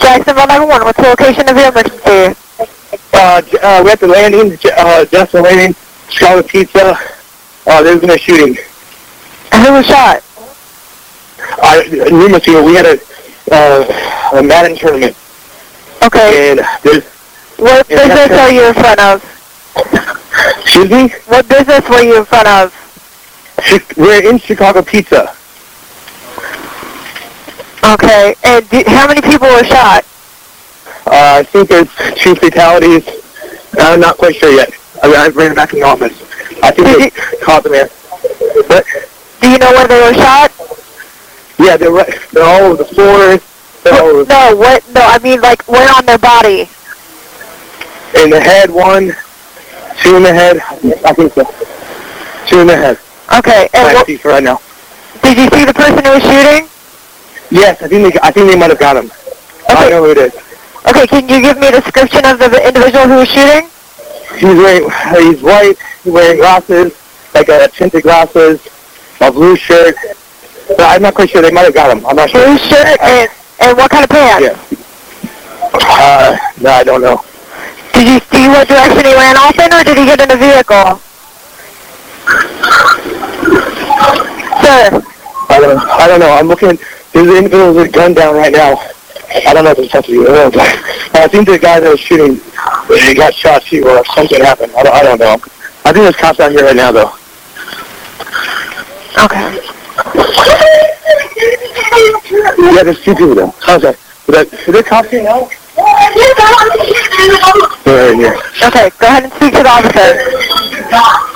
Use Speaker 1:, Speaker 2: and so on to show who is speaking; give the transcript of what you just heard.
Speaker 1: Jackson, Route 91, what's the location of your emergency?
Speaker 2: Uh, J- uh, we're at the landing, J- uh, Justin Landing, Scarlet Pizza. Uh, there's been a shooting.
Speaker 1: Who was shot?
Speaker 2: I, numerous people, we had a, uh, a Madden tournament,
Speaker 1: Okay.
Speaker 2: and there's,
Speaker 1: What
Speaker 2: yeah,
Speaker 1: business
Speaker 2: that's-
Speaker 1: are you in front of?
Speaker 2: excuse me?
Speaker 1: What business were you in front of?
Speaker 2: Chi- We're in Chicago Pizza.
Speaker 1: Okay. And do, how many people were shot?
Speaker 2: Uh, I think there's two fatalities. Uh, I'm not quite sure yet. I mean, I ran back in the office. I
Speaker 1: Did
Speaker 2: think they
Speaker 1: you-
Speaker 2: caught the man. But,
Speaker 1: Do you know where they were shot?
Speaker 2: yeah, they're, right- they're all over the floor. They're all over
Speaker 1: No, what? No, I mean like where on their body?
Speaker 2: In the head, one, two in the head. I think so. Two in the head.
Speaker 1: Okay. And
Speaker 2: I
Speaker 1: what,
Speaker 2: see for right now.
Speaker 1: did you see the person who was shooting?
Speaker 2: Yes, I think they. I think they might have got him. I
Speaker 1: Okay.
Speaker 2: don't know who it is.
Speaker 1: Okay. Can you give me a description of the individual who was shooting?
Speaker 2: He's wearing. He's white. He's wearing glasses, like a tinted glasses, a blue shirt. But I'm not quite sure. They might have got him. I'm not sure.
Speaker 1: Blue shirt and and what kind of pants?
Speaker 2: Yeah. Uh, no, I don't know.
Speaker 1: Did you see what direction he ran off in, or did he get in a vehicle? Sir,
Speaker 2: I don't. I don't know. I'm looking. There's an individual with a gun down right now. I don't know if it's supposed to be. I, don't know. I think the guy that was shooting, he got shot too, or something happened. I don't, I don't know. I think there's cops out here right now, though.
Speaker 1: okay.
Speaker 2: Yeah, there's two people though. Okay. Is that, is there cops here now? They're right here.
Speaker 1: Okay, go ahead and speak to the officer.